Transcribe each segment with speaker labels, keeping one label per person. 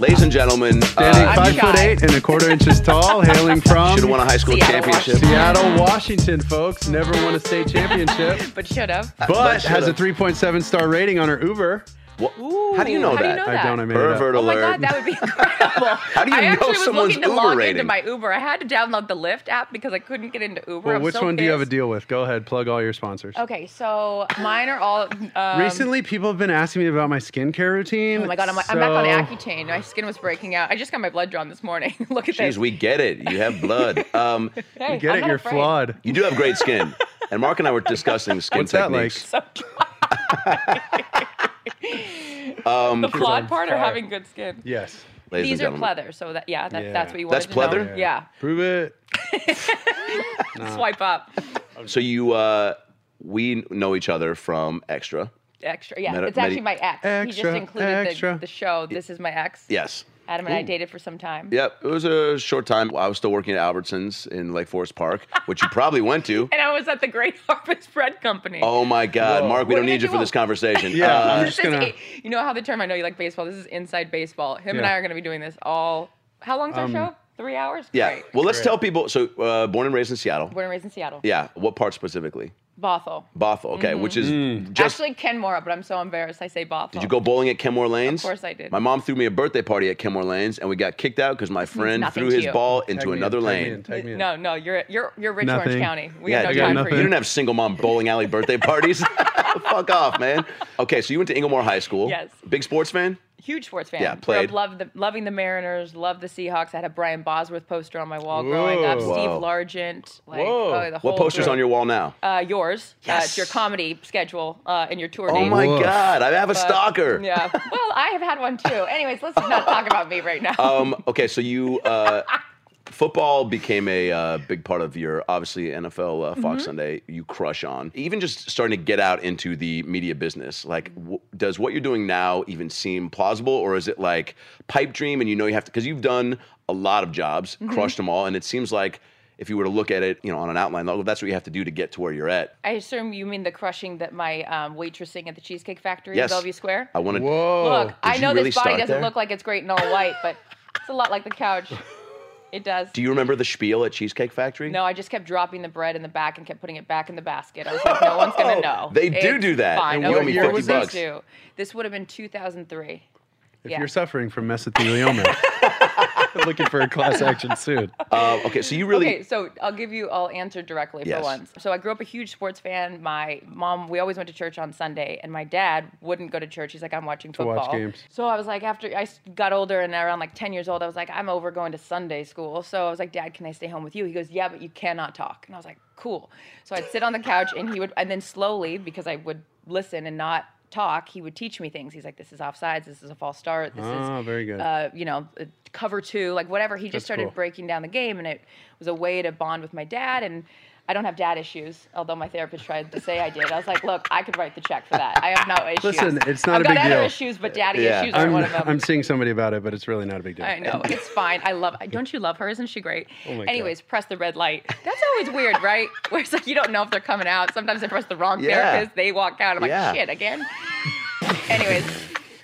Speaker 1: Ladies and gentlemen,
Speaker 2: Standing
Speaker 1: uh,
Speaker 2: five
Speaker 3: shy.
Speaker 2: foot eight and a quarter inches tall, hailing from
Speaker 1: should have won a high school
Speaker 3: Seattle,
Speaker 1: championship.
Speaker 2: Seattle, Washington, folks. Never won a state championship,
Speaker 3: but should have.
Speaker 1: Uh,
Speaker 2: but
Speaker 1: should
Speaker 2: has a
Speaker 1: have.
Speaker 2: 3.7 star rating on her Uber.
Speaker 1: Wha- How do you know
Speaker 3: Ooh, how do you
Speaker 1: that?
Speaker 3: know
Speaker 2: I don't. I made it up.
Speaker 1: Pervert
Speaker 3: Oh my
Speaker 1: alert.
Speaker 3: god, that would be incredible.
Speaker 1: How do you
Speaker 3: I
Speaker 1: know
Speaker 3: actually was
Speaker 1: someone's
Speaker 3: looking to
Speaker 1: Uber
Speaker 3: log into
Speaker 1: rating?
Speaker 3: my Uber. I had to download the Lyft app because I couldn't get into Uber.
Speaker 2: Well,
Speaker 3: I'm
Speaker 2: which
Speaker 3: so
Speaker 2: one do you have a
Speaker 3: pissed.
Speaker 2: deal with? Go ahead, plug all your sponsors.
Speaker 3: Okay, so mine are all um,
Speaker 2: Recently, people have been asking me about my skincare routine.
Speaker 3: Oh my god, I'm, I'm back on
Speaker 2: so-
Speaker 3: Accutane. My skin was breaking out. I just got my blood drawn this morning. Look
Speaker 1: Jeez,
Speaker 3: at this.
Speaker 1: we get it. You have blood. Um,
Speaker 3: Hey,
Speaker 2: You get
Speaker 3: I'm
Speaker 2: it?
Speaker 3: not
Speaker 2: You're
Speaker 3: afraid.
Speaker 2: flawed.
Speaker 1: you do have great skin. And Mark and I were discussing skin
Speaker 2: What's that like?
Speaker 1: techniques.
Speaker 3: So
Speaker 1: Um,
Speaker 3: the flawed part are
Speaker 2: fire.
Speaker 3: having good skin.
Speaker 2: Yes.
Speaker 1: ladies
Speaker 3: These are
Speaker 1: and gentlemen.
Speaker 3: pleather, so that yeah, that,
Speaker 2: Yeah.
Speaker 3: that's what you want
Speaker 1: That's
Speaker 3: to know.
Speaker 1: pleather?
Speaker 3: Yeah.
Speaker 2: Prove it.
Speaker 3: Swipe up.
Speaker 1: So you, uh, we know each other from Extra.
Speaker 3: Extra. Yeah.
Speaker 1: Meta-
Speaker 3: it's actually
Speaker 1: medi-
Speaker 3: my ex. he
Speaker 2: Extra,
Speaker 3: just included
Speaker 2: extra.
Speaker 3: The, the show. This is my ex.
Speaker 1: Yes.
Speaker 3: Adam and I
Speaker 1: Ooh.
Speaker 3: dated for some time.
Speaker 1: Yep. It was a short time. I was still working at Albertsons in Lake Forest Park, which you probably went to.
Speaker 3: And I was at the Great Harvest Bread Company.
Speaker 1: Oh my God,
Speaker 2: Whoa.
Speaker 1: Mark, we
Speaker 3: We're
Speaker 1: don't
Speaker 3: gonna
Speaker 1: need you
Speaker 3: do
Speaker 1: for
Speaker 3: a-
Speaker 1: this conversation.
Speaker 2: Yeah,
Speaker 1: Uh,
Speaker 2: I'm
Speaker 3: this
Speaker 2: just
Speaker 3: is
Speaker 2: gonna-
Speaker 3: a- you know how the term I know you like baseball. This is inside baseball. Him and
Speaker 2: Yeah.
Speaker 3: I are going to be doing this all. How long's our show? Three hours.
Speaker 1: Um, yeah.
Speaker 3: Great.
Speaker 1: Well, let's
Speaker 2: Great.
Speaker 1: tell people. So, uh, born and raised in Seattle.
Speaker 3: Born and raised in Seattle.
Speaker 1: Yeah. What part specifically?
Speaker 3: Bothell.
Speaker 1: Bothell. Okay. Which is just.
Speaker 3: Mm-hmm. Actually, Kenmore, but I'm so embarrassed. I say Bothell.
Speaker 1: did you go bowling at Kenmore Lanes?
Speaker 3: Of course I did.
Speaker 1: My mom threw me a birthday party at Kenmore Lanes, and we got kicked out because my friend
Speaker 3: nothing
Speaker 1: threw
Speaker 3: to
Speaker 1: his
Speaker 3: you.
Speaker 1: ball
Speaker 2: Tag
Speaker 1: into
Speaker 2: me in,
Speaker 1: another
Speaker 2: tag me in,
Speaker 1: lane.
Speaker 2: tag me in.
Speaker 3: No, no, you're you're you're rich
Speaker 2: Nothing.
Speaker 3: Orange County. We
Speaker 1: Yeah,
Speaker 3: have
Speaker 1: I
Speaker 3: no
Speaker 1: got
Speaker 3: time
Speaker 2: nothing.
Speaker 3: for
Speaker 1: You
Speaker 3: you.
Speaker 1: didn't have single mom bowling alley birthday parties. Fuck off, man. Okay, so you went to Inglemore High School.
Speaker 3: Yes.
Speaker 1: Big sports fan?
Speaker 3: Huge sports fan.
Speaker 1: Yeah,
Speaker 3: Grew up
Speaker 1: played.
Speaker 3: loved the, loving the Mariners. Loved the Seahawks. I had a Brian Bosworth poster on my wall growing up.
Speaker 2: Whoa.
Speaker 3: Steve
Speaker 1: Whoa.
Speaker 3: Largent. Like,
Speaker 2: Whoa.
Speaker 3: oh, the
Speaker 1: What
Speaker 3: whole
Speaker 1: poster's
Speaker 3: group.
Speaker 1: on your wall now?
Speaker 3: Uh, yours. Uh,
Speaker 1: Yes.
Speaker 3: it's your comedy schedule uh, and your tour
Speaker 1: Oh
Speaker 3: dates.
Speaker 1: my
Speaker 2: Woof.
Speaker 1: God, I have a
Speaker 3: But-
Speaker 1: stalker.
Speaker 3: Yeah. Well, I have had one too. Anyways, let's not talk about me right now.
Speaker 1: Um, okay, so you uh, football became a uh, big part of your obviously NFL uh,
Speaker 3: Mm-hmm.
Speaker 1: Fox Sunday. You crush on even just starting to get out into the media business. Like, w- does what you're doing now even seem plausible, or is it like pipe dream? And you know you have to because you've done a lot of jobs,
Speaker 3: Mm-hmm.
Speaker 1: crushed them all, and it seems like if you were to look at it, you know, on an outline level, that's what you have to do to get to where you're at.
Speaker 3: I assume you mean the crushing that my um, waitressing at the Cheesecake Factory
Speaker 1: Yes.
Speaker 3: in Bellevue Square.
Speaker 1: I want to.
Speaker 2: Whoa.
Speaker 3: Look, I
Speaker 1: you
Speaker 3: know
Speaker 1: really
Speaker 3: this body
Speaker 1: start
Speaker 3: doesn't
Speaker 1: there?
Speaker 3: look like it's great in all white, but it's a lot like the couch. It does.
Speaker 1: Do you remember the spiel at Cheesecake Factory?
Speaker 3: no, I just kept dropping the bread in the back and kept putting it back in the basket. I was like, no one's gonna know.
Speaker 1: Oh, They do do that.
Speaker 3: Fine.
Speaker 1: And
Speaker 3: Of
Speaker 2: you owe me
Speaker 3: course
Speaker 2: 50
Speaker 3: they
Speaker 1: bucks.
Speaker 3: do. This would have been 2003.
Speaker 2: If
Speaker 3: yeah.
Speaker 2: you're suffering from mesothelioma, looking for a class action suit.
Speaker 1: Uh, okay, so you really.
Speaker 3: Okay, so I'll give you, I'll answer directly
Speaker 1: Yes.
Speaker 3: for once. So I grew up a huge sports fan. My mom, we always went to church on Sunday, and my dad wouldn't go to church. He's like, I'm watching
Speaker 2: watch
Speaker 3: football.
Speaker 2: games.
Speaker 3: So I was like, after I s- got older and around like 10 years old, I was like, I'm over going to Sunday school. So I was like, Dad, can I stay home with you? He goes, Yeah, but you cannot talk. And I was like, Cool. So I'd sit on the couch, and he would, and then slowly, because I would listen and not talk, he would teach me things. He's like, This is offsides. This is a false start. This
Speaker 2: Ah,
Speaker 3: is
Speaker 2: very good.
Speaker 3: uh, you know, uh, cover two, like whatever. He
Speaker 2: That's
Speaker 3: just started
Speaker 2: cool.
Speaker 3: breaking down the game, and it was a way to bond with my dad. And I don't have dad issues, although my therapist tried to say I did. I was like, look, I could write the check for that. I have no issues.
Speaker 2: Listen, it's not
Speaker 3: I've
Speaker 2: a
Speaker 3: got
Speaker 2: big
Speaker 3: other
Speaker 2: deal.
Speaker 3: issues, but daddy
Speaker 1: Yeah.
Speaker 3: issues are
Speaker 2: I'm,
Speaker 3: one of them.
Speaker 2: I'm seeing somebody about it, but it's really not a big deal.
Speaker 3: I know it's fine. I love. Don't you love her? Isn't she great?
Speaker 2: Oh my God.
Speaker 3: Anyways, press the red light. That's always weird, right? Where it's like you don't know if they're coming out. Sometimes I press the wrong
Speaker 1: Yeah.
Speaker 3: therapist. They walk out. I'm like,
Speaker 1: Yeah.
Speaker 3: shit again. Anyways,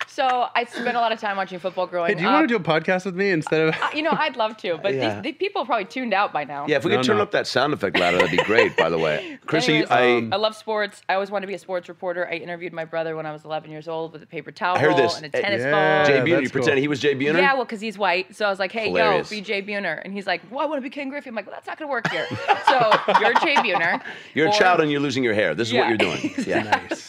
Speaker 3: so I spent a lot of time watching football growing
Speaker 2: Hey, do you
Speaker 3: up.
Speaker 2: want to do a podcast with me instead of?
Speaker 3: you know, I'd love to, but
Speaker 1: Yeah.
Speaker 3: these, these people probably tuned out by now.
Speaker 1: Yeah, if we
Speaker 2: No,
Speaker 1: could turn
Speaker 2: no.
Speaker 1: up that sound effect louder, that'd be great. By the way, Chrissy,
Speaker 3: Anyways, um,
Speaker 1: I,
Speaker 3: I love sports. I always wanted to be a sports reporter. I interviewed my brother when I was 11 years old with a paper towel
Speaker 1: heard this.
Speaker 3: and a
Speaker 1: Eh,
Speaker 3: tennis
Speaker 2: yeah.
Speaker 3: ball.
Speaker 1: Jay Buhner, you
Speaker 2: that's
Speaker 1: pretend
Speaker 2: cool.
Speaker 1: he was Jay Buhner.
Speaker 3: Yeah, well, because he's white. So I was like, hey,
Speaker 1: Hilarious.
Speaker 3: yo, be Jay Buhner. And he's like, well, I want to be Ken Griffey. I'm like, well, that's not going to work here. so you're Jay Buhner.
Speaker 1: you're a
Speaker 3: Or-
Speaker 1: child and you're losing your hair. This is what
Speaker 3: Yeah.
Speaker 1: you're doing. Yeah.
Speaker 2: Nice.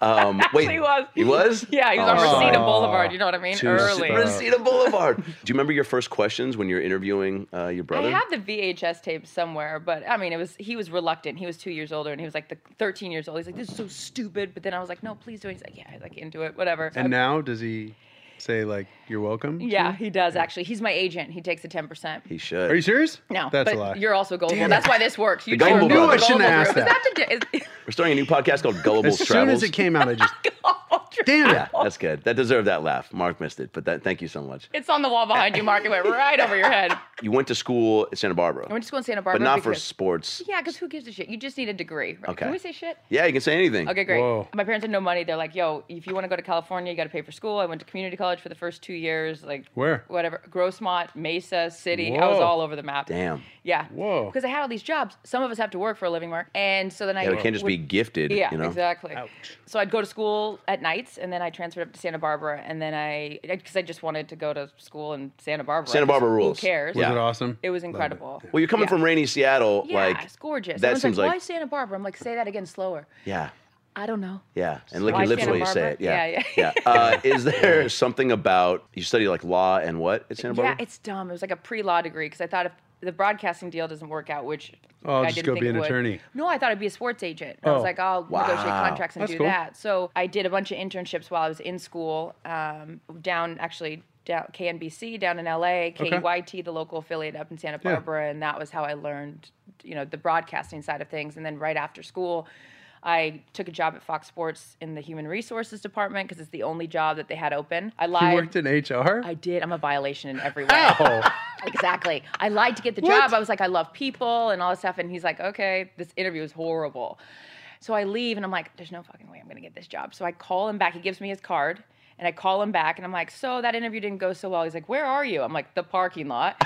Speaker 1: Um, wait,
Speaker 3: He was.
Speaker 1: He was.
Speaker 3: Yeah, he was
Speaker 1: Oh,
Speaker 3: on
Speaker 1: sorry.
Speaker 3: Reseda Boulevard. You know what I mean?
Speaker 2: Too
Speaker 3: Early.
Speaker 2: Boulevard. slow.
Speaker 1: Reseda Boulevard. Do you remember your first questions when you're interviewing uh, your
Speaker 3: I
Speaker 1: brother?
Speaker 3: have the VHS tape somewhere, but I mean, it was he was reluctant. He was two years older, and he was like the 13 years old. He's like, "This is so stupid," but then I was like, "No, please do it." He's like, "Yeah, like into it, whatever."
Speaker 2: And now, does he say like, "You're welcome"?
Speaker 3: yeah, he does actually. He's my agent. He takes the 10. percent
Speaker 1: he should.
Speaker 2: Are you serious?
Speaker 3: No,
Speaker 2: that's
Speaker 3: but
Speaker 2: a lie.
Speaker 3: you're also gullible. That's why this works. You
Speaker 1: The Gullible
Speaker 3: are
Speaker 1: Brothers. I
Speaker 3: the
Speaker 2: knew I
Speaker 3: Gullible
Speaker 2: shouldn't
Speaker 3: Brothers.
Speaker 2: ask
Speaker 3: Is that the- is-
Speaker 1: We're starting a new podcast called Gullible
Speaker 2: as soon
Speaker 1: Travels.
Speaker 2: as it came out, I just damn it.
Speaker 1: That's good. That deserved that laugh. Mark missed it, but that. Thank you so much.
Speaker 3: It's on the wall behind you, Mark. It went right over your head.
Speaker 1: you went to school at Santa Barbara,
Speaker 3: I went to school in Santa Barbara.
Speaker 1: but not for
Speaker 3: because-
Speaker 1: sports.
Speaker 3: Yeah, because who gives a shit? You just need a degree. Right?
Speaker 1: Okay.
Speaker 3: Can we say shit?
Speaker 1: Yeah, you can say anything.
Speaker 3: Okay, great.
Speaker 2: Whoa.
Speaker 3: My parents had no money. They're like, yo, if you want to go to California, you got to pay for school. I went to community college for the first two years. Like,
Speaker 2: Where?
Speaker 3: Whatever. Grossmont, Mesa, City. I was
Speaker 2: Whoa.
Speaker 3: all over the map.
Speaker 1: Damn.
Speaker 3: Yeah.
Speaker 2: Whoa.
Speaker 3: Because I had all these jobs. Some of us have to work for a living, Mark. And so then I
Speaker 1: Yeah, we can't just
Speaker 3: would-
Speaker 1: be gifted.
Speaker 3: yeah,
Speaker 1: you know?
Speaker 3: exactly. So I'd go to school at nights, and then I transferred up to Santa Barbara, and then I because I just wanted to go to school in Santa Barbara.
Speaker 1: Santa Barbara rules.
Speaker 3: Who cares?
Speaker 1: Yeah.
Speaker 2: Was it awesome?
Speaker 3: It was
Speaker 2: Love
Speaker 3: incredible.
Speaker 1: Well, you're coming
Speaker 3: Yeah.
Speaker 1: from rainy Seattle,
Speaker 3: yeah,
Speaker 1: like
Speaker 3: it's gorgeous.
Speaker 1: That
Speaker 3: Everyone's
Speaker 1: seems
Speaker 3: like,
Speaker 1: like,
Speaker 3: why Santa Barbara? I'm like, say that again, slower.
Speaker 1: yeah,
Speaker 3: I don't know.
Speaker 1: yeah, and lick
Speaker 3: Why
Speaker 1: your lips
Speaker 3: Santa
Speaker 1: while you say
Speaker 3: Barbara?
Speaker 1: it. Yeah,
Speaker 3: Yeah,
Speaker 1: yeah. Uh, is there something about you study like law and what at Santa Barbara?
Speaker 3: Yeah, it's dumb. It was like a pre-law degree because I thought if the broadcasting deal doesn't work out, which
Speaker 2: Oh,
Speaker 3: I
Speaker 2: just
Speaker 3: didn't
Speaker 2: go
Speaker 3: think
Speaker 2: be
Speaker 3: it
Speaker 2: an
Speaker 3: would.
Speaker 2: attorney.
Speaker 3: No, I thought I'd be a sports agent. I
Speaker 2: Oh.
Speaker 3: was like, I'll negotiate
Speaker 1: Wow.
Speaker 3: contracts and
Speaker 2: That's
Speaker 3: do
Speaker 2: cool.
Speaker 3: that. So I did a bunch of internships while I was in school, um, down actually down KNBC down in LA, KUYT, the local affiliate up in Santa
Speaker 2: Yeah.
Speaker 3: Barbara, and that was how I learned, you know, the broadcasting side of things. And then right after school. I took a job at Fox Sports in the human resources department because it's the only job that they had open. I
Speaker 2: You
Speaker 3: lied.
Speaker 2: worked in Oh, HR?
Speaker 3: I did. I'm a violation in every way.
Speaker 2: Ow.
Speaker 3: Exactly. I lied to get the
Speaker 2: What?
Speaker 3: job. I was like, I love people and all this stuff. And he's like, okay, this interview is horrible. So I leave and I'm like, there's no fucking way I'm going to get this job. So I call him back. He gives me his card and I call him back and I'm like, so that interview didn't go so well. He's like, where are you? I'm like, the parking lot.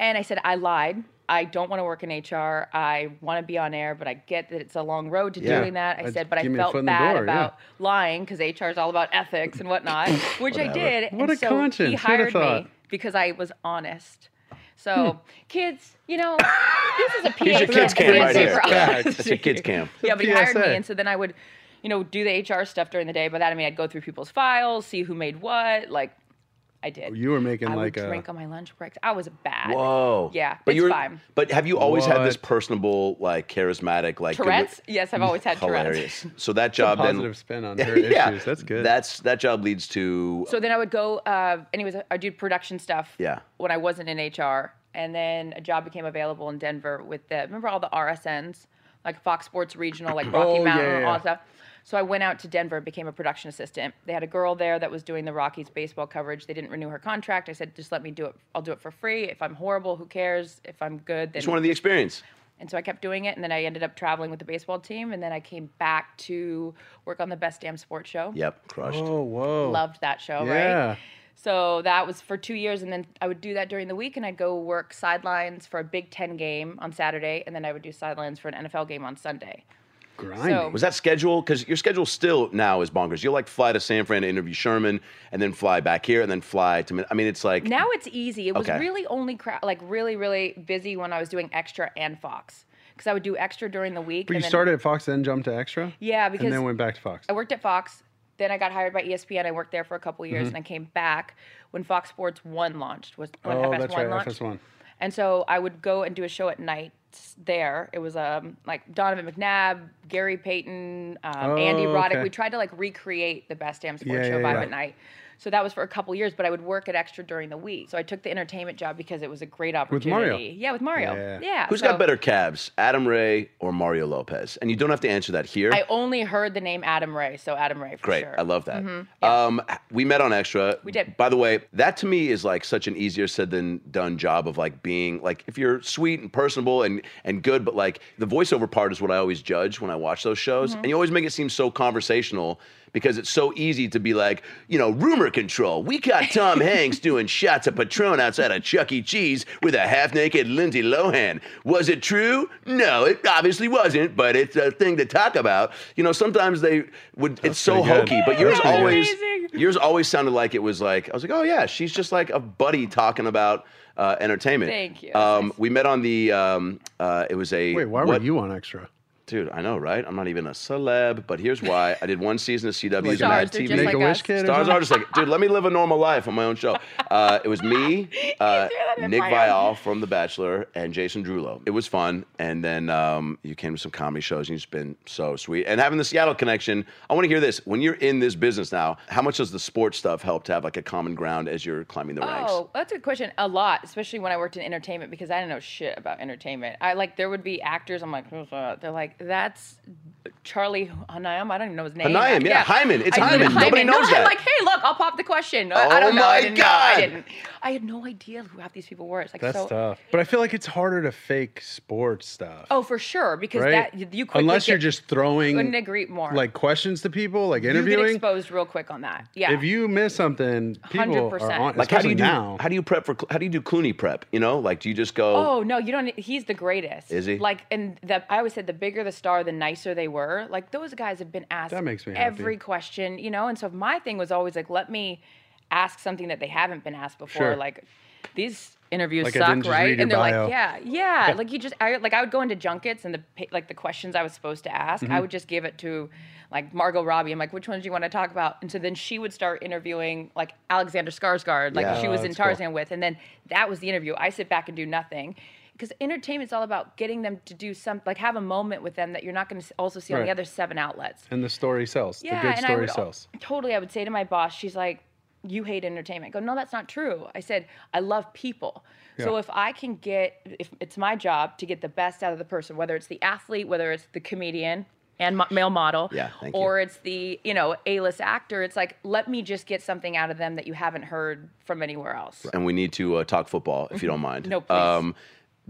Speaker 3: and I said, I lied. I don't want to work in HR. I want to be on air, but I get that it's a long road to
Speaker 2: Yeah.
Speaker 3: doing that. I
Speaker 2: I'd
Speaker 3: said, but I
Speaker 2: give me a
Speaker 3: felt
Speaker 2: foot in the
Speaker 3: bad
Speaker 2: door, yeah.
Speaker 3: about lying because HR is all about ethics and whatnot, which I did.
Speaker 2: What
Speaker 3: and
Speaker 2: a
Speaker 3: so
Speaker 2: conscience.
Speaker 3: He
Speaker 2: Who'd have
Speaker 3: hired me
Speaker 2: thought?
Speaker 3: because I was honest. So, kids, you know, this is a PSA.
Speaker 1: Here's your Hmm. kids camp right here.
Speaker 2: Fact.
Speaker 1: Yeah,
Speaker 2: It's
Speaker 1: That's your kids camp.
Speaker 3: Yeah, but he hired
Speaker 2: PSA.
Speaker 3: me, and so then I would, you know, do the HR stuff during the day. By that I mean I'd go through people's files, see who made what. Like, I did.
Speaker 2: Oh, You were making
Speaker 3: I
Speaker 2: like uh,
Speaker 3: would
Speaker 2: a.
Speaker 3: drink on my lunch breaks. I was bad.
Speaker 1: Whoa.
Speaker 3: Yeah,
Speaker 1: but
Speaker 3: it's
Speaker 1: you're
Speaker 3: fine.
Speaker 1: But have you always had this
Speaker 2: What?
Speaker 1: personable, like charismatic, like good-
Speaker 3: Tourette's? Yes, I've always had Tourette's.
Speaker 1: hilarious? So that job
Speaker 2: positive
Speaker 1: then.
Speaker 2: spin on her issues. That's good.
Speaker 1: That's that job leads to
Speaker 3: So then I would go, uh, anyways, I do production stuff.
Speaker 1: Yeah.
Speaker 3: When I wasn't in HR, and then a job became available in Denver with the remember all the RSNs like Fox Sports Regional, like Rocky
Speaker 2: Oh,
Speaker 3: Mountain,
Speaker 2: yeah, yeah.
Speaker 3: all that stuff. So I went out to Denver, became a production assistant. They had a girl there that was doing the Rockies baseball coverage. They didn't renew her contract. I said, just let me do it. I'll do it for free. If I'm horrible, who cares? If I'm good, then
Speaker 1: it's one of the experience.
Speaker 3: and so I kept doing it, and then I ended up traveling with the baseball team, and then I came back to work on the Best Damn Sports Show.
Speaker 1: Yep, crushed.
Speaker 2: oh, whoa.
Speaker 3: Loved that show, right?
Speaker 2: Yeah.
Speaker 3: So that was for two years, and then I would do that during the week, and I'd go work sidelines for a Big Ten game on Saturday, and then I would do sidelines for an NFL game on Sunday.
Speaker 2: Grinding.
Speaker 1: Was that schedule? Because your schedule still now is bonkers. You'll like fly to San Fran to interview Sherman, and then fly back here, and then fly to. Min- I mean, it's like
Speaker 3: Now it's easy. It was
Speaker 1: Okay.
Speaker 3: really only cra- like really really busy when I was doing extra and Fox because I would do extra during the week.
Speaker 2: but you
Speaker 3: and then-
Speaker 2: started at Fox, then jumped to Extra?
Speaker 3: Yeah, because
Speaker 2: And then went back to Fox.
Speaker 3: I worked at Fox. Then I got hired by E ESPN. I worked there for a couple years,
Speaker 2: Mm-hmm.
Speaker 3: and I came back when Fox Sports One launched. Was when
Speaker 2: Oh,
Speaker 3: FS1
Speaker 2: that's right,
Speaker 3: launched.
Speaker 2: FS1.
Speaker 3: And so I would go and do a show at night there. It was um like Donovan McNabb, Gary Payton, um, Andy
Speaker 2: Oh,
Speaker 3: Roddick.
Speaker 2: okay.
Speaker 3: We tried to like recreate the best damn sports
Speaker 2: Yeah,
Speaker 3: show
Speaker 2: yeah,
Speaker 3: vibe
Speaker 2: yeah.
Speaker 3: at night. So that was for a couple years, but I would work at extra during the week. So I took the entertainment job because it was a great opportunity.
Speaker 2: Mario.
Speaker 3: Yeah, with Mario.
Speaker 2: Yeah.
Speaker 3: Yeah.
Speaker 1: who's
Speaker 3: so
Speaker 1: got better calves, Adam Ray or Mario Lopez? And you don't have to answer that here.
Speaker 3: I only heard the name Adam Ray, so Adam Ray for
Speaker 1: Great.
Speaker 3: sure. Mm-hmm.
Speaker 1: I love that. Um, we met on Extra. We
Speaker 3: did.
Speaker 1: By the way, that to me is like such an easier said than done job of like being like if you're sweet and personable and and good, but like the voiceover part is what I always judge when I watch those shows,
Speaker 3: Mm-hmm.
Speaker 1: and you always make it seem so conversational because it's so easy to be like you know rumor control. We got Tom Hanks doing shots of Patron outside of Chuck E. Cheese with a half naked Lindsay Lohan. Was it true? No, it obviously wasn't, but it's a thing to talk about. You know, sometimes they would. it's so
Speaker 2: pretty good.
Speaker 1: hokey, but yours
Speaker 3: That's
Speaker 1: always
Speaker 3: amazing.
Speaker 1: yours always sounded like it was like I was like, oh yeah, she's just like a buddy talking about uh, entertainment.
Speaker 3: Thank you. That's
Speaker 1: Um,
Speaker 3: nice.
Speaker 1: we met on the um, uh, it was a
Speaker 2: Wait, why
Speaker 1: what-
Speaker 2: were you on Extra?
Speaker 1: dude? I know, right? I'm not even a celeb, but here's why. I did one season of CW
Speaker 3: Stars,
Speaker 1: Mad
Speaker 3: they're
Speaker 1: TV.
Speaker 3: just
Speaker 2: Make
Speaker 3: like
Speaker 2: a wish
Speaker 3: us.
Speaker 2: kid? or
Speaker 1: Stars
Speaker 2: something?
Speaker 1: are just like, dude, let me live a normal life on my own show. Uh, it was me, uh,
Speaker 3: threw that in
Speaker 1: Nick
Speaker 3: my own.
Speaker 1: Vial from The Bachelor, and Jason Drulo. It was fun. And then um, you came to some comedy shows, and you've just been so sweet. And having the Seattle connection, I want to hear this. When you're in this business now, how much does the sports stuff help to have like a common ground as you're climbing the ranks?
Speaker 3: Oh, that's a good question. A lot, especially when I worked in entertainment because I didn't know shit about entertainment. I like there would be actors. I'm like, "Who's that?" they're like, like, that's Charlie Hanayam. I don't even know his name.
Speaker 1: Hanayam, yeah, Hyman. It's
Speaker 3: I knew
Speaker 1: Hyman. Nobody knows
Speaker 3: no, I'm
Speaker 1: that.
Speaker 3: like, hey, look, I'll pop the question. I-
Speaker 1: Oh
Speaker 3: I don't know.
Speaker 1: my
Speaker 3: I didn't know. I
Speaker 1: God.
Speaker 3: didn't. I had no idea who half these people were. It's like
Speaker 2: That's
Speaker 3: so.
Speaker 2: tough. But I feel like it's harder to fake sports stuff.
Speaker 3: Oh, for sure, because
Speaker 2: right?
Speaker 3: that you quickly
Speaker 2: Unless you're
Speaker 3: get-
Speaker 2: just throwing
Speaker 3: couldn't agree more.
Speaker 2: like questions to people, like
Speaker 3: you get
Speaker 2: interviewing.
Speaker 3: exposed real quick on that. Yeah.
Speaker 2: If you miss something, people are
Speaker 3: 100%.
Speaker 2: on.
Speaker 1: Like how do
Speaker 2: especially
Speaker 1: you do,
Speaker 2: now?
Speaker 1: how do you prep for Cl- how do you do Clooney prep? You know, like do you just go?
Speaker 3: Oh no, you don't. He's the greatest.
Speaker 1: Is he?
Speaker 3: Like, and the, I always said, the bigger the star, the nicer they were. Like those guys have been asked
Speaker 2: That makes me happy.
Speaker 3: every question, you know. And so my thing was always like, let me ask something that they haven't been asked before.
Speaker 2: Sure.
Speaker 3: Like these interviews
Speaker 2: Like, I didn't
Speaker 3: suck,
Speaker 2: just
Speaker 3: right?
Speaker 2: read your
Speaker 3: and they're
Speaker 2: bio.
Speaker 3: like, yeah, yeah. like you just, I like I would go into junkets and the pa- like the questions I was supposed to ask,
Speaker 2: Mm-hmm.
Speaker 3: I would just give it to like Margot Robbie. I'm like, which ones do you want to talk about? And so then she would start interviewing like Alexander Skarsgård, like
Speaker 1: Yeah.
Speaker 3: she was
Speaker 2: Oh,
Speaker 3: in
Speaker 2: that's cool.
Speaker 3: Tarzan in with, and then that was the interview. I sit back and do nothing because entertainment's all about getting them to do some, like have a moment with them that you're not going to also see on
Speaker 2: Right.
Speaker 3: the other seven outlets.
Speaker 2: and the story sells.
Speaker 3: Yeah,
Speaker 2: the good
Speaker 3: and
Speaker 2: story
Speaker 3: I would,
Speaker 2: sells.
Speaker 3: totally. I would say to my boss, she's like, "You hate entertainment." I go, no, that's not true. I said, I love people. So
Speaker 2: Yeah.
Speaker 3: if I can get, if it's my job to get the best out of the person, whether it's the athlete, whether it's the comedian and mo- male model,
Speaker 1: Yeah, thank you.
Speaker 3: or it's the you know A-list actor, it's like let me just get something out of them that you haven't heard from anywhere else.
Speaker 1: And we need to uh, talk football if you don't mind.
Speaker 3: Mm-hmm.
Speaker 1: Um,
Speaker 3: No, please.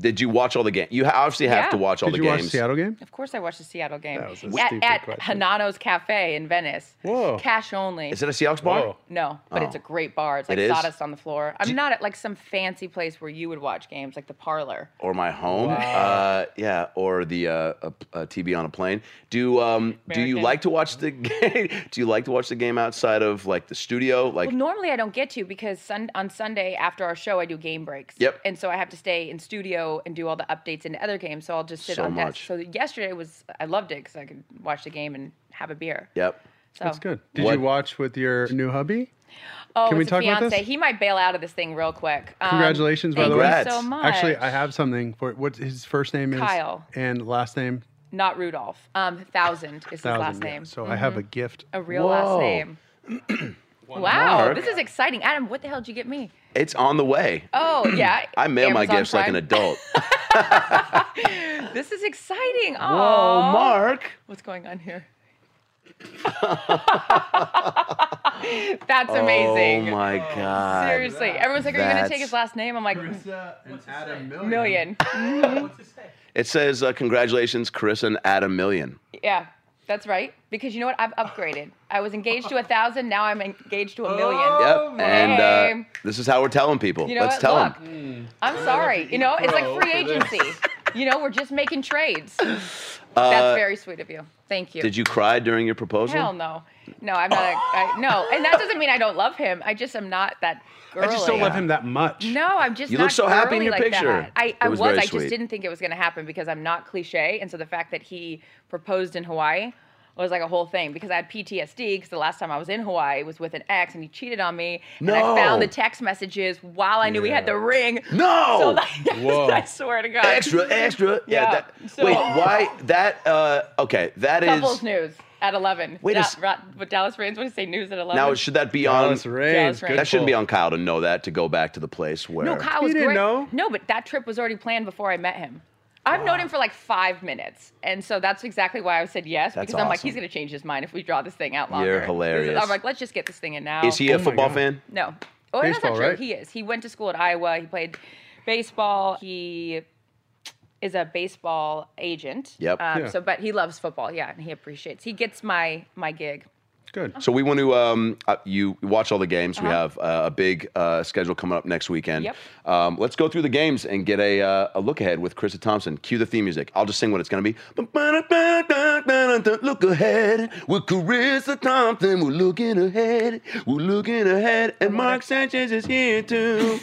Speaker 1: did you watch all the games? You ha- obviously have
Speaker 3: Yeah.
Speaker 1: to watch all
Speaker 2: Did
Speaker 1: the
Speaker 2: you watch
Speaker 1: games.
Speaker 2: the Seattle game?
Speaker 3: Of course, I watched the Seattle game
Speaker 2: That was a
Speaker 3: at,
Speaker 2: stupid
Speaker 3: at
Speaker 2: question.
Speaker 3: Hanano's Cafe in Venice.
Speaker 2: Whoa.
Speaker 3: Cash only.
Speaker 1: Is it a Seahawks bar?
Speaker 2: Whoa.
Speaker 3: no, but it's
Speaker 1: Oh.
Speaker 3: a great bar. It's like
Speaker 1: It is?
Speaker 3: sawdust on the floor. I'm not at like some fancy place where you would watch games, like the parlor.
Speaker 1: Or my home? Uh, yeah, or the uh, uh, uh, TV on a plane. Do um, do you
Speaker 3: American.
Speaker 1: like to watch the game? do you like to watch the game outside of like the studio? Like
Speaker 3: Well, normally I don't get to because sun- on Sunday after our show I do game breaks.
Speaker 1: Yep.
Speaker 3: And so I have to stay in studio and do all the updates into other games. So I'll just sit
Speaker 1: So
Speaker 3: on
Speaker 1: much.
Speaker 3: desk. So yesterday was I loved it because I could watch the game and have a beer.
Speaker 1: yep.
Speaker 3: So
Speaker 2: That's good. Did
Speaker 1: What-
Speaker 2: you watch with your new hubby?
Speaker 3: Oh,
Speaker 2: Can we
Speaker 3: it's
Speaker 2: talk
Speaker 3: a
Speaker 2: about
Speaker 3: fiance.
Speaker 2: this?
Speaker 3: He might bail out of this thing real quick. Um,
Speaker 2: Congratulations, by
Speaker 3: thank
Speaker 2: the way.
Speaker 3: You so
Speaker 1: Congrats.
Speaker 3: much.
Speaker 2: Actually, I have something for what his first name is
Speaker 3: Kyle.
Speaker 2: and last name
Speaker 3: not Rudolph. Um, Thousand is his
Speaker 2: Thousand,
Speaker 3: last
Speaker 2: yeah.
Speaker 3: name. Mm-hmm.
Speaker 2: So I have a gift.
Speaker 3: A real
Speaker 1: Whoa.
Speaker 3: last name. wow, this is exciting, Adam. What the hell did you get me?
Speaker 1: It's on the way.
Speaker 3: Oh yeah,
Speaker 1: I mail my
Speaker 3: Amazon
Speaker 1: gifts like an
Speaker 3: Prime.
Speaker 1: adult.
Speaker 3: This is exciting. Oh,
Speaker 1: Whoa, Mark.
Speaker 3: What's going on here? That's amazing.
Speaker 1: Oh my god.
Speaker 3: Seriously, everyone's like, "Are you gonna take
Speaker 1: That's-
Speaker 3: his last name?" I'm like,
Speaker 2: Million.
Speaker 3: "Million."
Speaker 1: It says uh, congratulations, Chris and Adam Million.
Speaker 3: Yeah, that's right. Because you know what? I've upgraded. I was engaged to a thousand. Now I'm engaged to a million.
Speaker 1: Yep.
Speaker 2: Oh,
Speaker 1: and uh,
Speaker 3: man.
Speaker 1: this is how we're telling people.
Speaker 3: You know
Speaker 1: Let's
Speaker 3: what?
Speaker 1: tell
Speaker 3: Look,
Speaker 1: them.
Speaker 2: Hmm.
Speaker 3: I'm sorry. You know, it's like
Speaker 2: pro
Speaker 3: free
Speaker 2: for this.
Speaker 3: agency. you know, we're just making trades.
Speaker 1: Uh,
Speaker 3: That's very sweet of you. Thank you.
Speaker 1: Did you cry during your proposal?
Speaker 3: Hell no. No, I'm not. A, I, no, and that doesn't mean I don't love him. I just am not that
Speaker 2: I
Speaker 3: girly.
Speaker 2: just don't love him that much.
Speaker 3: No, I'm just.
Speaker 1: You
Speaker 3: not
Speaker 1: look so happy in
Speaker 3: girly
Speaker 1: your
Speaker 3: like
Speaker 1: picture.
Speaker 3: that. I,
Speaker 1: It
Speaker 3: I
Speaker 1: was
Speaker 3: was.
Speaker 1: very
Speaker 3: I
Speaker 1: sweet.
Speaker 3: just didn't think it was going to happen because I'm not cliche, and so the fact that he proposed in Hawaii was like a whole thing because I had PTSD because the last time I was in Hawaii was with an ex and he cheated on me and
Speaker 1: No.
Speaker 3: I found the text messages while I knew he had
Speaker 2: Yeah.
Speaker 3: the ring.
Speaker 1: No.
Speaker 3: So like,
Speaker 2: Whoa.
Speaker 3: I swear to God.
Speaker 1: extra, extra. Yeah.
Speaker 3: Yeah,
Speaker 1: that,
Speaker 3: so-
Speaker 1: wait, why that? Uh, okay, that is
Speaker 3: Couples news at 11.
Speaker 1: Wait a
Speaker 3: Da-
Speaker 1: s-
Speaker 3: Ra- what Dallas Reigns would say news at 11.
Speaker 1: now. Should that be on?
Speaker 2: Dallas Reigns.
Speaker 3: Dallas
Speaker 2: good
Speaker 3: Reigns.
Speaker 1: That shouldn't be
Speaker 2: pull.
Speaker 1: on Kyle to know that to go back to the place where.
Speaker 3: No, Kyle
Speaker 2: He
Speaker 3: was
Speaker 2: didn't
Speaker 3: great.
Speaker 2: know.
Speaker 3: No, but that trip was already planned before I met him. I've known him for like five minutes, and so that's exactly why I said yes
Speaker 1: That's
Speaker 3: because I'm like,
Speaker 1: awesome.
Speaker 3: he's gonna change his mind if we draw this thing out
Speaker 1: You're
Speaker 3: longer. This is-
Speaker 1: hilarious.
Speaker 3: I'm like, let's just get this thing in now.
Speaker 1: Is he a
Speaker 2: Oh my
Speaker 1: football
Speaker 2: God.
Speaker 1: fan?
Speaker 3: No. Oh, that's not
Speaker 2: Baseball,
Speaker 3: true.
Speaker 2: right?
Speaker 3: He is. He went to school at Iowa. He played baseball. He is a baseball agent.
Speaker 1: Yep.
Speaker 3: Um,
Speaker 2: Yeah.
Speaker 3: So, but he loves football. Yeah, and he appreciates. He gets my my gig. Oh.
Speaker 2: Good.
Speaker 1: So we want to. Um, uh, you watch all the games. We have uh, a big uh, schedule coming up next weekend.
Speaker 3: Yep.
Speaker 1: Um, let's go through the games and get a, uh, a look ahead with Krista Thompson. Cue the theme music. I'll just sing what it's going to be. Look ahead with Krista Thompson. We're looking ahead. We're looking ahead, and Mark Sanchez is here too.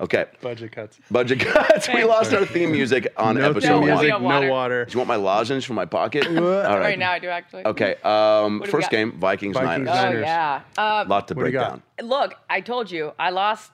Speaker 1: okay.
Speaker 2: Budget cuts.
Speaker 1: Budget cuts. We lost our theme music on
Speaker 2: No
Speaker 1: episode
Speaker 2: theme
Speaker 3: we
Speaker 1: one.
Speaker 2: music.
Speaker 3: don't
Speaker 2: No
Speaker 3: water.
Speaker 2: water.
Speaker 1: Do you want my lozenges from my pocket? all right.
Speaker 3: Right now, I do actually.
Speaker 1: Okay. Um,
Speaker 3: What do we
Speaker 1: first
Speaker 3: got?
Speaker 1: game: Vikings,
Speaker 2: Vikings,
Speaker 1: Niners.
Speaker 3: Oh
Speaker 2: Niners.
Speaker 3: yeah.
Speaker 1: Lot
Speaker 3: Um,
Speaker 1: to
Speaker 2: What do you
Speaker 1: break
Speaker 2: got?
Speaker 1: down.
Speaker 3: Look, I told you, I lost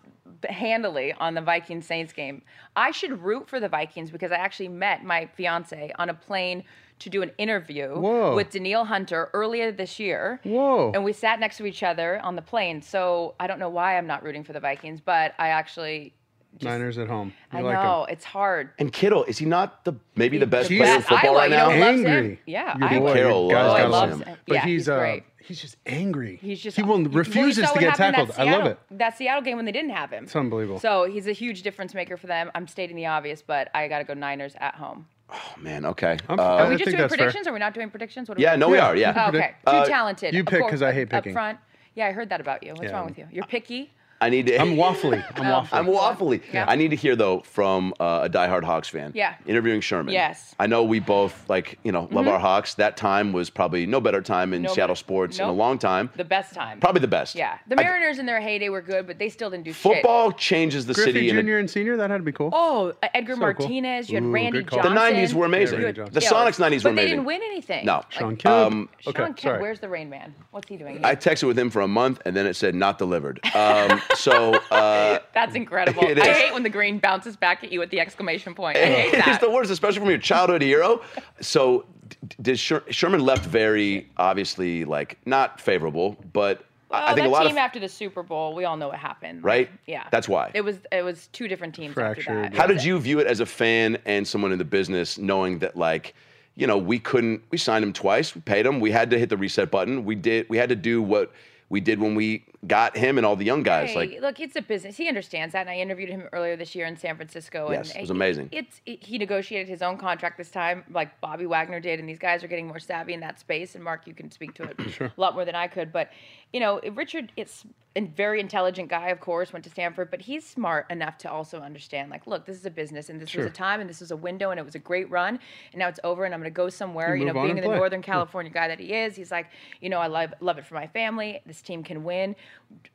Speaker 3: handily on the Vikings Saints game. I should root for the Vikings because I actually met my fiance on a plane to do an interview
Speaker 2: Whoa.
Speaker 3: with Daniil Hunter earlier this year.
Speaker 2: Whoa.
Speaker 3: And we sat next to each other on the plane. So I don't know why I'm not rooting for the Vikings, but I actually
Speaker 2: Niners at home. You
Speaker 3: I
Speaker 2: like 'em.
Speaker 3: know it's hard.
Speaker 1: And Kittle, is he not the maybe the best
Speaker 3: The
Speaker 1: player in
Speaker 3: best. I
Speaker 1: football right
Speaker 3: like- you
Speaker 1: now?
Speaker 3: know what? loves him.
Speaker 2: angry.
Speaker 3: Yeah,
Speaker 2: Your
Speaker 3: I-
Speaker 2: boy,
Speaker 1: Carroll
Speaker 2: your guy's
Speaker 1: loves
Speaker 2: gotta love
Speaker 1: him.
Speaker 2: But
Speaker 3: Yeah,
Speaker 2: he's,
Speaker 3: he's
Speaker 2: uh,
Speaker 3: great.
Speaker 2: he's just angry.
Speaker 3: He's just
Speaker 2: he will
Speaker 3: well, you
Speaker 2: refuses
Speaker 3: saw
Speaker 2: to
Speaker 3: what
Speaker 2: get
Speaker 3: happened in
Speaker 2: tackled.
Speaker 3: that
Speaker 2: I love
Speaker 3: Seattle-
Speaker 2: it.
Speaker 3: That Seattle game when they didn't have him.
Speaker 2: It's unbelievable.
Speaker 3: So he's a huge difference maker for them. I'm stating the obvious, but I got to go Niners at home.
Speaker 1: Oh man, okay.
Speaker 2: I'm-
Speaker 1: Uh,
Speaker 2: I
Speaker 3: Are we
Speaker 2: think
Speaker 3: just doing
Speaker 2: that's fair.
Speaker 3: predictions? Are we not doing predictions? What are
Speaker 1: yeah,
Speaker 3: we
Speaker 1: no, we
Speaker 3: doing?
Speaker 1: are.
Speaker 2: Yeah.
Speaker 1: Yeah,
Speaker 3: Oh, okay, too
Speaker 1: Uh,
Speaker 3: talented.
Speaker 2: you
Speaker 3: Of
Speaker 2: pick
Speaker 3: course,
Speaker 2: 'cause I hate
Speaker 3: up-
Speaker 2: picking.
Speaker 3: Up front. Yeah, I heard that about you. What's
Speaker 2: Yeah.
Speaker 3: wrong with you? You're picky.
Speaker 1: I need to.
Speaker 2: I'm waffly. I'm
Speaker 3: Oh.
Speaker 2: waffly.
Speaker 1: I'm waffly.
Speaker 3: Yeah.
Speaker 1: I need to hear though from uh, a diehard Hawks fan.
Speaker 3: Yeah.
Speaker 1: Interviewing Sherman.
Speaker 3: Yes. Mm-hmm.
Speaker 1: I know we both like you know love our Hawks. That time was probably no better time in
Speaker 3: No
Speaker 1: Seattle
Speaker 3: better-
Speaker 1: sports in a
Speaker 3: Nope.
Speaker 1: long time.
Speaker 3: The best time.
Speaker 1: probably the best.
Speaker 3: Yeah, the
Speaker 1: I-
Speaker 3: Mariners in their heyday were good, but they still didn't do shit.
Speaker 1: football changes the
Speaker 2: Griffey
Speaker 1: city. in a-
Speaker 2: Jr. and senior. That had to be cool.
Speaker 3: Oh, uh, Edgar
Speaker 2: So cool.
Speaker 3: Martinez. You had
Speaker 2: Ooh,
Speaker 3: Randy
Speaker 2: good call.
Speaker 3: Johnson.
Speaker 2: The
Speaker 1: 90s were amazing.
Speaker 2: Yeah, Randy Johnson.
Speaker 1: The Sonics 90s were
Speaker 3: But they
Speaker 1: amazing.
Speaker 3: didn't win anything.
Speaker 1: No.
Speaker 2: Sean
Speaker 3: Like,
Speaker 2: Kidd.
Speaker 1: um,
Speaker 3: Sean
Speaker 2: okay,
Speaker 3: Kidd,
Speaker 2: sorry.
Speaker 3: where's the Rain Man? What's he doing? Here?
Speaker 1: I texted with him for a month, and then it said not delivered. Um, so uh,
Speaker 3: That's incredible.
Speaker 1: It
Speaker 3: I
Speaker 1: is.
Speaker 3: hate when the green bounces back at you with the exclamation point. I hate
Speaker 1: it's
Speaker 3: that.
Speaker 1: the worst, especially from your childhood hero. So, d- did Sher- Sherman left very obviously like not favorable, but
Speaker 3: Oh,
Speaker 1: I I think
Speaker 3: that
Speaker 1: a lot
Speaker 3: team
Speaker 1: of
Speaker 3: after the Super Bowl, we all know what happened.
Speaker 1: Right?
Speaker 3: Yeah.
Speaker 1: That's why.
Speaker 3: It was it was two different teams
Speaker 2: Fractured.
Speaker 3: after that.
Speaker 1: how did you view it as a fan and someone in the business, knowing that like you know we couldn't we signed him twice, we paid him, we had to hit the reset button, we did we had to do what we did when we got him and all the young guys
Speaker 3: Hey,
Speaker 1: like
Speaker 3: look, it's a business. He understands that, and I interviewed him earlier this year in San Francisco.
Speaker 1: Yes,
Speaker 3: and
Speaker 1: it was amazing.
Speaker 3: It's it- he negotiated his own contract this time, like Bobby Wagner did, and these guys are getting more savvy in that space. And Mark, you can speak to it a lot more than I could, but you know, Richard, it's a very intelligent guy, of course, went to Stanford, but he's smart enough to also understand, like, look, this is a business, and this
Speaker 2: Sure.
Speaker 3: was a time, and this was a window, and it was a great run, and now it's over, and I'm going to go somewhere. You
Speaker 2: move
Speaker 3: know,
Speaker 2: on
Speaker 3: being in
Speaker 2: and
Speaker 3: the
Speaker 2: play.
Speaker 3: Northern California guy that he is, he's like, you know, I love love it for my family. This team can win.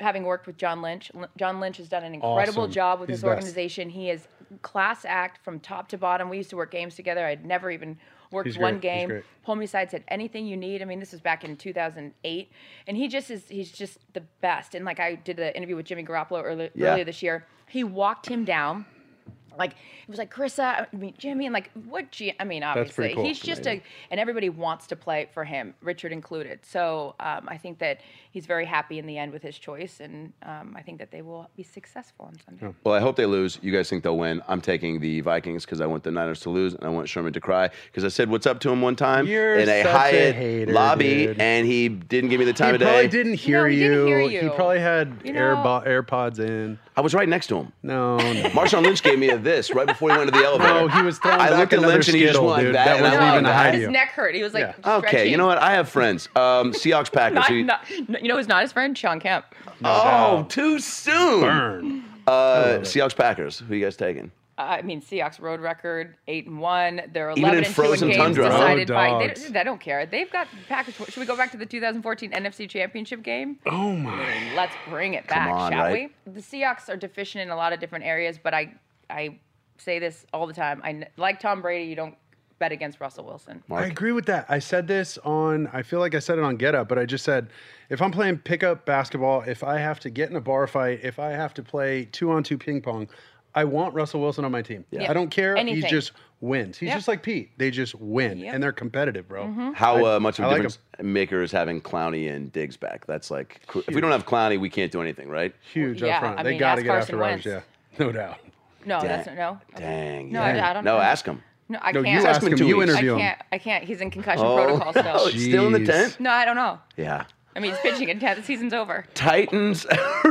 Speaker 3: Having worked with John Lynch, L- John Lynch has done an incredible
Speaker 2: Awesome.
Speaker 3: job with
Speaker 2: He's
Speaker 3: his
Speaker 2: the best.
Speaker 3: organization. He is class act from top to bottom. We used to work games together. I'd never even worked
Speaker 2: He's
Speaker 3: one
Speaker 2: great. He's
Speaker 3: game.
Speaker 2: great.
Speaker 3: Homicide said anything you need. I mean, this was back in 2008, and he just is. He's just the best. And like I did the interview with Jimmy Garoppolo earlier,
Speaker 1: Yeah.
Speaker 3: earlier this year. He walked him down. Like it was like Carissa, I mean Jimmy, and like what? G- I mean, obviously
Speaker 2: pretty cool.
Speaker 3: he's just a, and everybody wants to play for him, Richard included. So um, I think that he's very happy in the end with his choice, and um, I think that they will be successful on
Speaker 2: Oh.
Speaker 3: Sunday.
Speaker 1: Well, I hope they lose. You guys think they'll win. I'm taking the Vikings because I want the Niners to lose and I want Sherman to cry because I said what's up to him one time
Speaker 2: You're
Speaker 1: in a
Speaker 2: such a
Speaker 1: Hyatt
Speaker 2: hater,
Speaker 1: lobby
Speaker 2: dude.
Speaker 1: and he didn't give me the time
Speaker 2: He
Speaker 1: of day.
Speaker 2: probably didn't hear,
Speaker 3: he
Speaker 2: you.
Speaker 3: didn't hear
Speaker 2: He
Speaker 3: you.
Speaker 2: probably had
Speaker 3: You
Speaker 2: Air
Speaker 3: know-
Speaker 2: bo- AirPods in.
Speaker 1: I was right next to him.
Speaker 2: No, no.
Speaker 1: Marshawn Lynch gave me a this right before he went to the elevator.
Speaker 2: No, he was throwing
Speaker 1: I
Speaker 2: back
Speaker 1: looked at
Speaker 2: another
Speaker 1: Lynch and he just
Speaker 2: Skittle,
Speaker 1: wanted
Speaker 2: dude.
Speaker 1: that,
Speaker 2: That
Speaker 1: and I
Speaker 2: wasn't
Speaker 1: wanted
Speaker 2: even a
Speaker 1: that.
Speaker 2: high
Speaker 3: his
Speaker 2: deal.
Speaker 3: neck hurt. He was like,
Speaker 2: Yeah.
Speaker 1: Okay, you know what? I have friends. Um, Seahawks Packers.
Speaker 3: Not,
Speaker 1: Who-
Speaker 3: not, you know who's not his friend? Sean Kemp.
Speaker 1: oh, too soon.
Speaker 2: burn.
Speaker 1: Uh, Seahawks Packers. Who you guys taking?
Speaker 3: Uh, I mean, Seahawks road record eight and one. They're
Speaker 1: Even
Speaker 3: eleven
Speaker 1: in
Speaker 3: and
Speaker 1: frozen
Speaker 3: two in games
Speaker 1: tundra.
Speaker 3: decided
Speaker 2: Road
Speaker 3: by. They
Speaker 2: dogs.
Speaker 3: don't, they don't care. They've got package. Should we go back to the 2014 NFC Championship game?
Speaker 2: Oh my.
Speaker 3: Let's bring it back,
Speaker 1: on,
Speaker 3: shall
Speaker 1: right?
Speaker 3: we? The Seahawks are deficient in a lot of different areas, but I I say this all the time. I kn- like Tom Brady. You don't bet against Russell Wilson.
Speaker 2: I agree with that. I said this on, I feel like I said it on Get Up, but I just said if I'm playing pickup basketball, if I have to get in a bar fight, if I have to play two on two ping pong, I want Russell Wilson on my team.
Speaker 3: Yeah.
Speaker 2: I don't care. He
Speaker 3: Anything.
Speaker 2: just wins. He's
Speaker 3: Yep.
Speaker 2: just like Pete. They just win
Speaker 3: Yep. Mm-hmm.
Speaker 2: and they're competitive, bro.
Speaker 1: How uh, much of a
Speaker 2: I like
Speaker 1: difference maker is having Clowney and Diggs back? That's like, cr- if we don't have Clowney, we can't do anything, right?
Speaker 2: Huge
Speaker 3: Yeah,
Speaker 2: up front.
Speaker 3: I
Speaker 2: they
Speaker 3: mean,
Speaker 2: got to
Speaker 3: ask
Speaker 2: get after
Speaker 3: Carson
Speaker 2: Rogers. Yeah.
Speaker 3: Wentz.
Speaker 2: No doubt.
Speaker 3: No,
Speaker 2: Oh,
Speaker 1: Dang.
Speaker 3: that's no. Okay.
Speaker 1: Dang.
Speaker 3: No, I-
Speaker 1: dang.
Speaker 3: I don't
Speaker 1: No,
Speaker 3: know.
Speaker 1: ask him.
Speaker 3: No, I
Speaker 2: No,
Speaker 3: can't.
Speaker 2: you
Speaker 1: Ask
Speaker 2: ask
Speaker 1: him in
Speaker 2: him.
Speaker 1: two
Speaker 2: You
Speaker 1: weeks.
Speaker 3: I
Speaker 2: interview him.
Speaker 3: can't. I can't. He's in concussion
Speaker 1: Oh,
Speaker 3: protocol still.
Speaker 1: it's still in the
Speaker 2: Jeez.
Speaker 1: tent?
Speaker 3: No, I don't know.
Speaker 1: Yeah.
Speaker 3: I mean, he's pitching it. The season's over.
Speaker 1: Titans,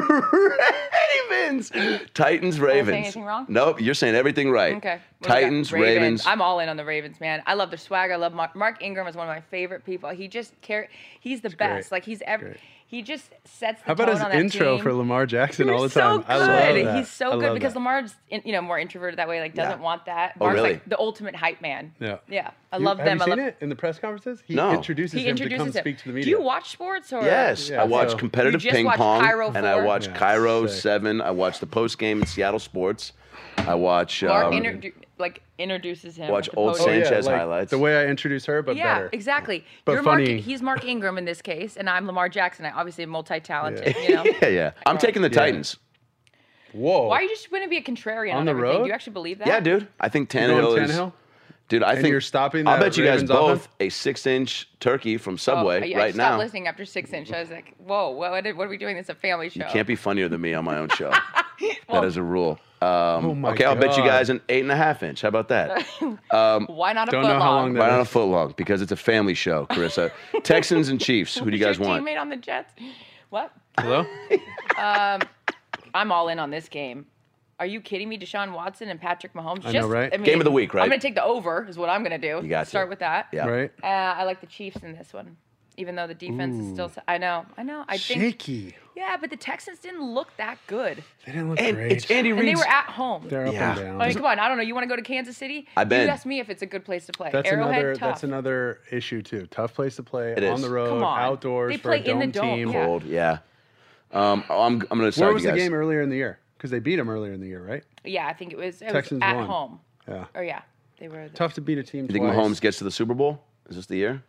Speaker 1: Ravens. Titans, Ravens.
Speaker 3: anything wrong?
Speaker 1: Nope, you're saying everything right.
Speaker 3: Okay. What do we got?
Speaker 1: Titans, Ravens.
Speaker 3: I'm all in on the Ravens, man. I love their swag. I love Mark, Mark Ingram is one of my favorite people. He just care. He's the best. Like he's ever.
Speaker 2: Great.
Speaker 3: He just sets the
Speaker 2: How about
Speaker 3: tone
Speaker 2: his
Speaker 3: on that
Speaker 2: intro
Speaker 3: team.
Speaker 2: for Lamar Jackson
Speaker 3: You're
Speaker 2: all the
Speaker 3: so
Speaker 2: time?
Speaker 3: good.
Speaker 2: I love that.
Speaker 3: He's so
Speaker 2: I
Speaker 3: good
Speaker 2: love
Speaker 3: because
Speaker 2: that.
Speaker 3: Lamar's in, you know more introverted that way. Like doesn't want that.
Speaker 1: Oh,
Speaker 3: Mark's
Speaker 1: really?
Speaker 3: like the ultimate hype man.
Speaker 2: Yeah.
Speaker 3: Yeah. I
Speaker 2: You-
Speaker 3: love
Speaker 2: have
Speaker 3: them.
Speaker 2: You
Speaker 3: I
Speaker 2: seen
Speaker 3: love.
Speaker 2: it in the press conferences? He
Speaker 1: No.
Speaker 2: introduces
Speaker 3: He
Speaker 2: him to come
Speaker 3: introduces him.
Speaker 2: speak to the media.
Speaker 3: Do you watch sports or?
Speaker 1: yes,
Speaker 2: Yeah,
Speaker 1: I watch
Speaker 2: so-
Speaker 1: competitive
Speaker 3: You just
Speaker 1: ping
Speaker 3: watch
Speaker 1: pong,
Speaker 3: Cairo
Speaker 1: and I
Speaker 3: four?
Speaker 1: watch
Speaker 2: Yeah,
Speaker 1: Cairo
Speaker 2: sick.
Speaker 1: Seven. I watch the post game in Seattle sports. I watch.
Speaker 3: Mark
Speaker 1: Um,
Speaker 3: introdu- like introduces him.
Speaker 1: watch
Speaker 3: at the
Speaker 1: old
Speaker 3: podium.
Speaker 1: Saints Sanchez highlights.
Speaker 2: The way I introduce her, but
Speaker 3: Yeah,
Speaker 2: better.
Speaker 3: exactly.
Speaker 2: But
Speaker 3: You're
Speaker 2: funny.
Speaker 3: Mark, he's Mark Ingram in this case, and I'm Lamar Jackson. I obviously am multi-talented. You know,
Speaker 1: yeah, yeah. I'm taking the Titans.
Speaker 2: Whoa.
Speaker 3: why are you just going to be a contrarian on,
Speaker 2: the
Speaker 3: everything?
Speaker 2: road?
Speaker 3: Do you actually believe that?
Speaker 1: Yeah, dude. I think
Speaker 2: going
Speaker 1: Tannehill is.
Speaker 2: Tannehill?
Speaker 1: Dude, I think
Speaker 2: you're stopping
Speaker 1: I'll
Speaker 2: that
Speaker 1: bet you guys
Speaker 2: Ravens
Speaker 1: both
Speaker 2: offense?
Speaker 1: a six-inch turkey from
Speaker 3: Oh,
Speaker 1: Subway
Speaker 3: I, I
Speaker 1: right
Speaker 3: stopped
Speaker 1: now.
Speaker 3: listening after six inch. I was like, whoa, what, what are we doing? This is a family show.
Speaker 1: You can't be funnier than me on my own show. that is a rule. Um,
Speaker 2: Oh my
Speaker 1: okay, I'll bet you
Speaker 2: God.
Speaker 1: guys an eight and a half inch. How about that?
Speaker 3: Why not a
Speaker 2: Don't
Speaker 3: foot
Speaker 2: know how long that-
Speaker 1: right on a foot long because it's a family show, Carissa. Texans and Chiefs. Who do you guys
Speaker 3: your
Speaker 1: want?
Speaker 3: Teammate on the Jets. What?
Speaker 2: Hello?
Speaker 3: I'm all in on this game. Are you kidding me? Deshaun Watson and Patrick Mahomes.
Speaker 2: I know, right?
Speaker 1: Game of the week, right?
Speaker 3: I'm gonna take the over. Is what I'm gonna do.
Speaker 1: You got to.
Speaker 3: Start with that.
Speaker 1: Yeah.
Speaker 2: Right?
Speaker 3: Uh, I like the Chiefs in this one, even though the defense is still. I know. I know. I think.
Speaker 2: Shaky.
Speaker 3: Yeah, but the Texans didn't look that good,
Speaker 2: They didn't look
Speaker 1: And
Speaker 2: great.
Speaker 1: it's Andy
Speaker 3: and they
Speaker 1: Reid's.
Speaker 3: were at home.
Speaker 2: They're up
Speaker 1: Yeah.
Speaker 2: and down.
Speaker 3: I mean, come on. I don't know. You want to go to Kansas City?
Speaker 1: I've been.
Speaker 3: You ask me if it's a good place to play.
Speaker 2: That's
Speaker 3: Arrowhead,
Speaker 2: another.
Speaker 3: tough.
Speaker 2: That's another issue too. Tough place to play on
Speaker 1: is.
Speaker 2: the road,
Speaker 3: Come on.
Speaker 2: outdoors
Speaker 3: They
Speaker 2: for
Speaker 3: play
Speaker 2: a
Speaker 3: in
Speaker 2: dome
Speaker 3: the dome,
Speaker 2: team.
Speaker 3: yeah.
Speaker 1: Cold. Yeah. Um, I'm, I'm going to
Speaker 2: Where
Speaker 1: start
Speaker 2: was
Speaker 1: you
Speaker 2: the
Speaker 1: guys.
Speaker 2: game earlier in the year? Because they beat them earlier in the year, right?
Speaker 3: yeah, I think it was. It
Speaker 2: Texans
Speaker 3: was at
Speaker 2: won.
Speaker 3: home.
Speaker 2: Yeah.
Speaker 3: Or yeah, they were. The,
Speaker 2: Tough to beat a team.
Speaker 1: You think
Speaker 2: twice.
Speaker 1: Mahomes gets to the Super Bowl? Is this the year?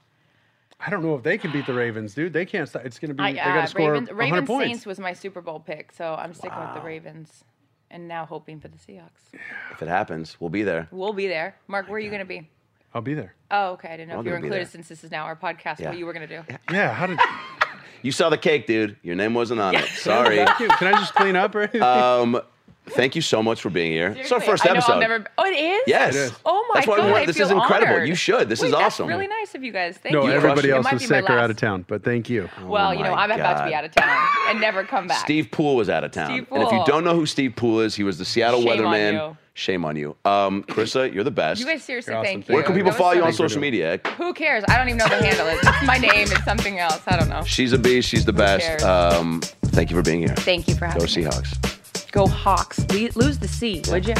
Speaker 2: I don't know if they could beat the Ravens, dude. They can't. Stop. It's going to be.
Speaker 3: I,
Speaker 2: they
Speaker 3: uh,
Speaker 2: got to score
Speaker 3: Ravens,
Speaker 2: 100
Speaker 3: Ravens
Speaker 2: points.
Speaker 3: Saints was my Super Bowl pick, so I'm sticking with the Ravens, and now hoping for the Seahawks.
Speaker 1: If it happens, we'll be there.
Speaker 3: We'll be there. Mark, where are you gonna be?
Speaker 2: I'll be there.
Speaker 3: Oh, okay. I didn't know
Speaker 1: I'm
Speaker 3: if you were
Speaker 1: gonna be there.
Speaker 3: included since this is now our podcast.
Speaker 1: Yeah.
Speaker 3: What you were gonna do?
Speaker 2: Yeah. How did?
Speaker 1: You saw the cake, dude. Your name wasn't on it. Sorry.
Speaker 2: Thank you. Can I just clean up or anything?
Speaker 1: um, thank you so much for being here. it's our
Speaker 3: Seriously,
Speaker 1: first
Speaker 3: I know
Speaker 1: episode.
Speaker 3: I'll never. Oh, it is.
Speaker 1: Yes.
Speaker 2: It is.
Speaker 3: Oh my
Speaker 1: That's why we
Speaker 3: god.
Speaker 1: want-
Speaker 3: I
Speaker 1: this
Speaker 3: feel
Speaker 1: is incredible.
Speaker 3: honored.
Speaker 1: You should. This
Speaker 3: Wait,
Speaker 1: is
Speaker 3: that's
Speaker 1: awesome.
Speaker 3: Really nice of you guys. Thank
Speaker 2: no,
Speaker 3: you.
Speaker 1: crushed
Speaker 2: everybody
Speaker 1: it.
Speaker 2: else
Speaker 3: It might
Speaker 2: was
Speaker 3: be my
Speaker 2: sick or out
Speaker 3: last-
Speaker 2: of town, but thank you.
Speaker 3: Well, you know,
Speaker 1: Oh my
Speaker 3: I'm about to be
Speaker 1: God.
Speaker 3: out of town and never come back.
Speaker 1: Steve Poole was out of town.
Speaker 3: Steve
Speaker 1: and if you
Speaker 3: Poole.
Speaker 1: don't know who Steve Poole is, he was the Seattle
Speaker 3: Shame on
Speaker 1: weatherman.
Speaker 3: you.
Speaker 1: Shame on you. Um, Carissa, you're the best.
Speaker 3: You guys seriously,
Speaker 2: You're awesome.
Speaker 3: thank you.
Speaker 1: Where can people
Speaker 3: That was
Speaker 1: follow
Speaker 3: so
Speaker 1: you on
Speaker 3: nice.
Speaker 1: social media?
Speaker 3: Who cares? I don't even know the handle. It's just my name. It's something else. I don't know.
Speaker 1: She's a beast. She's the
Speaker 3: cares?
Speaker 1: best. Um, thank you for being here.
Speaker 3: Thank you for having
Speaker 1: Go
Speaker 3: me.
Speaker 1: Seahawks.
Speaker 3: Go Hawks. Le- lose the C, would you?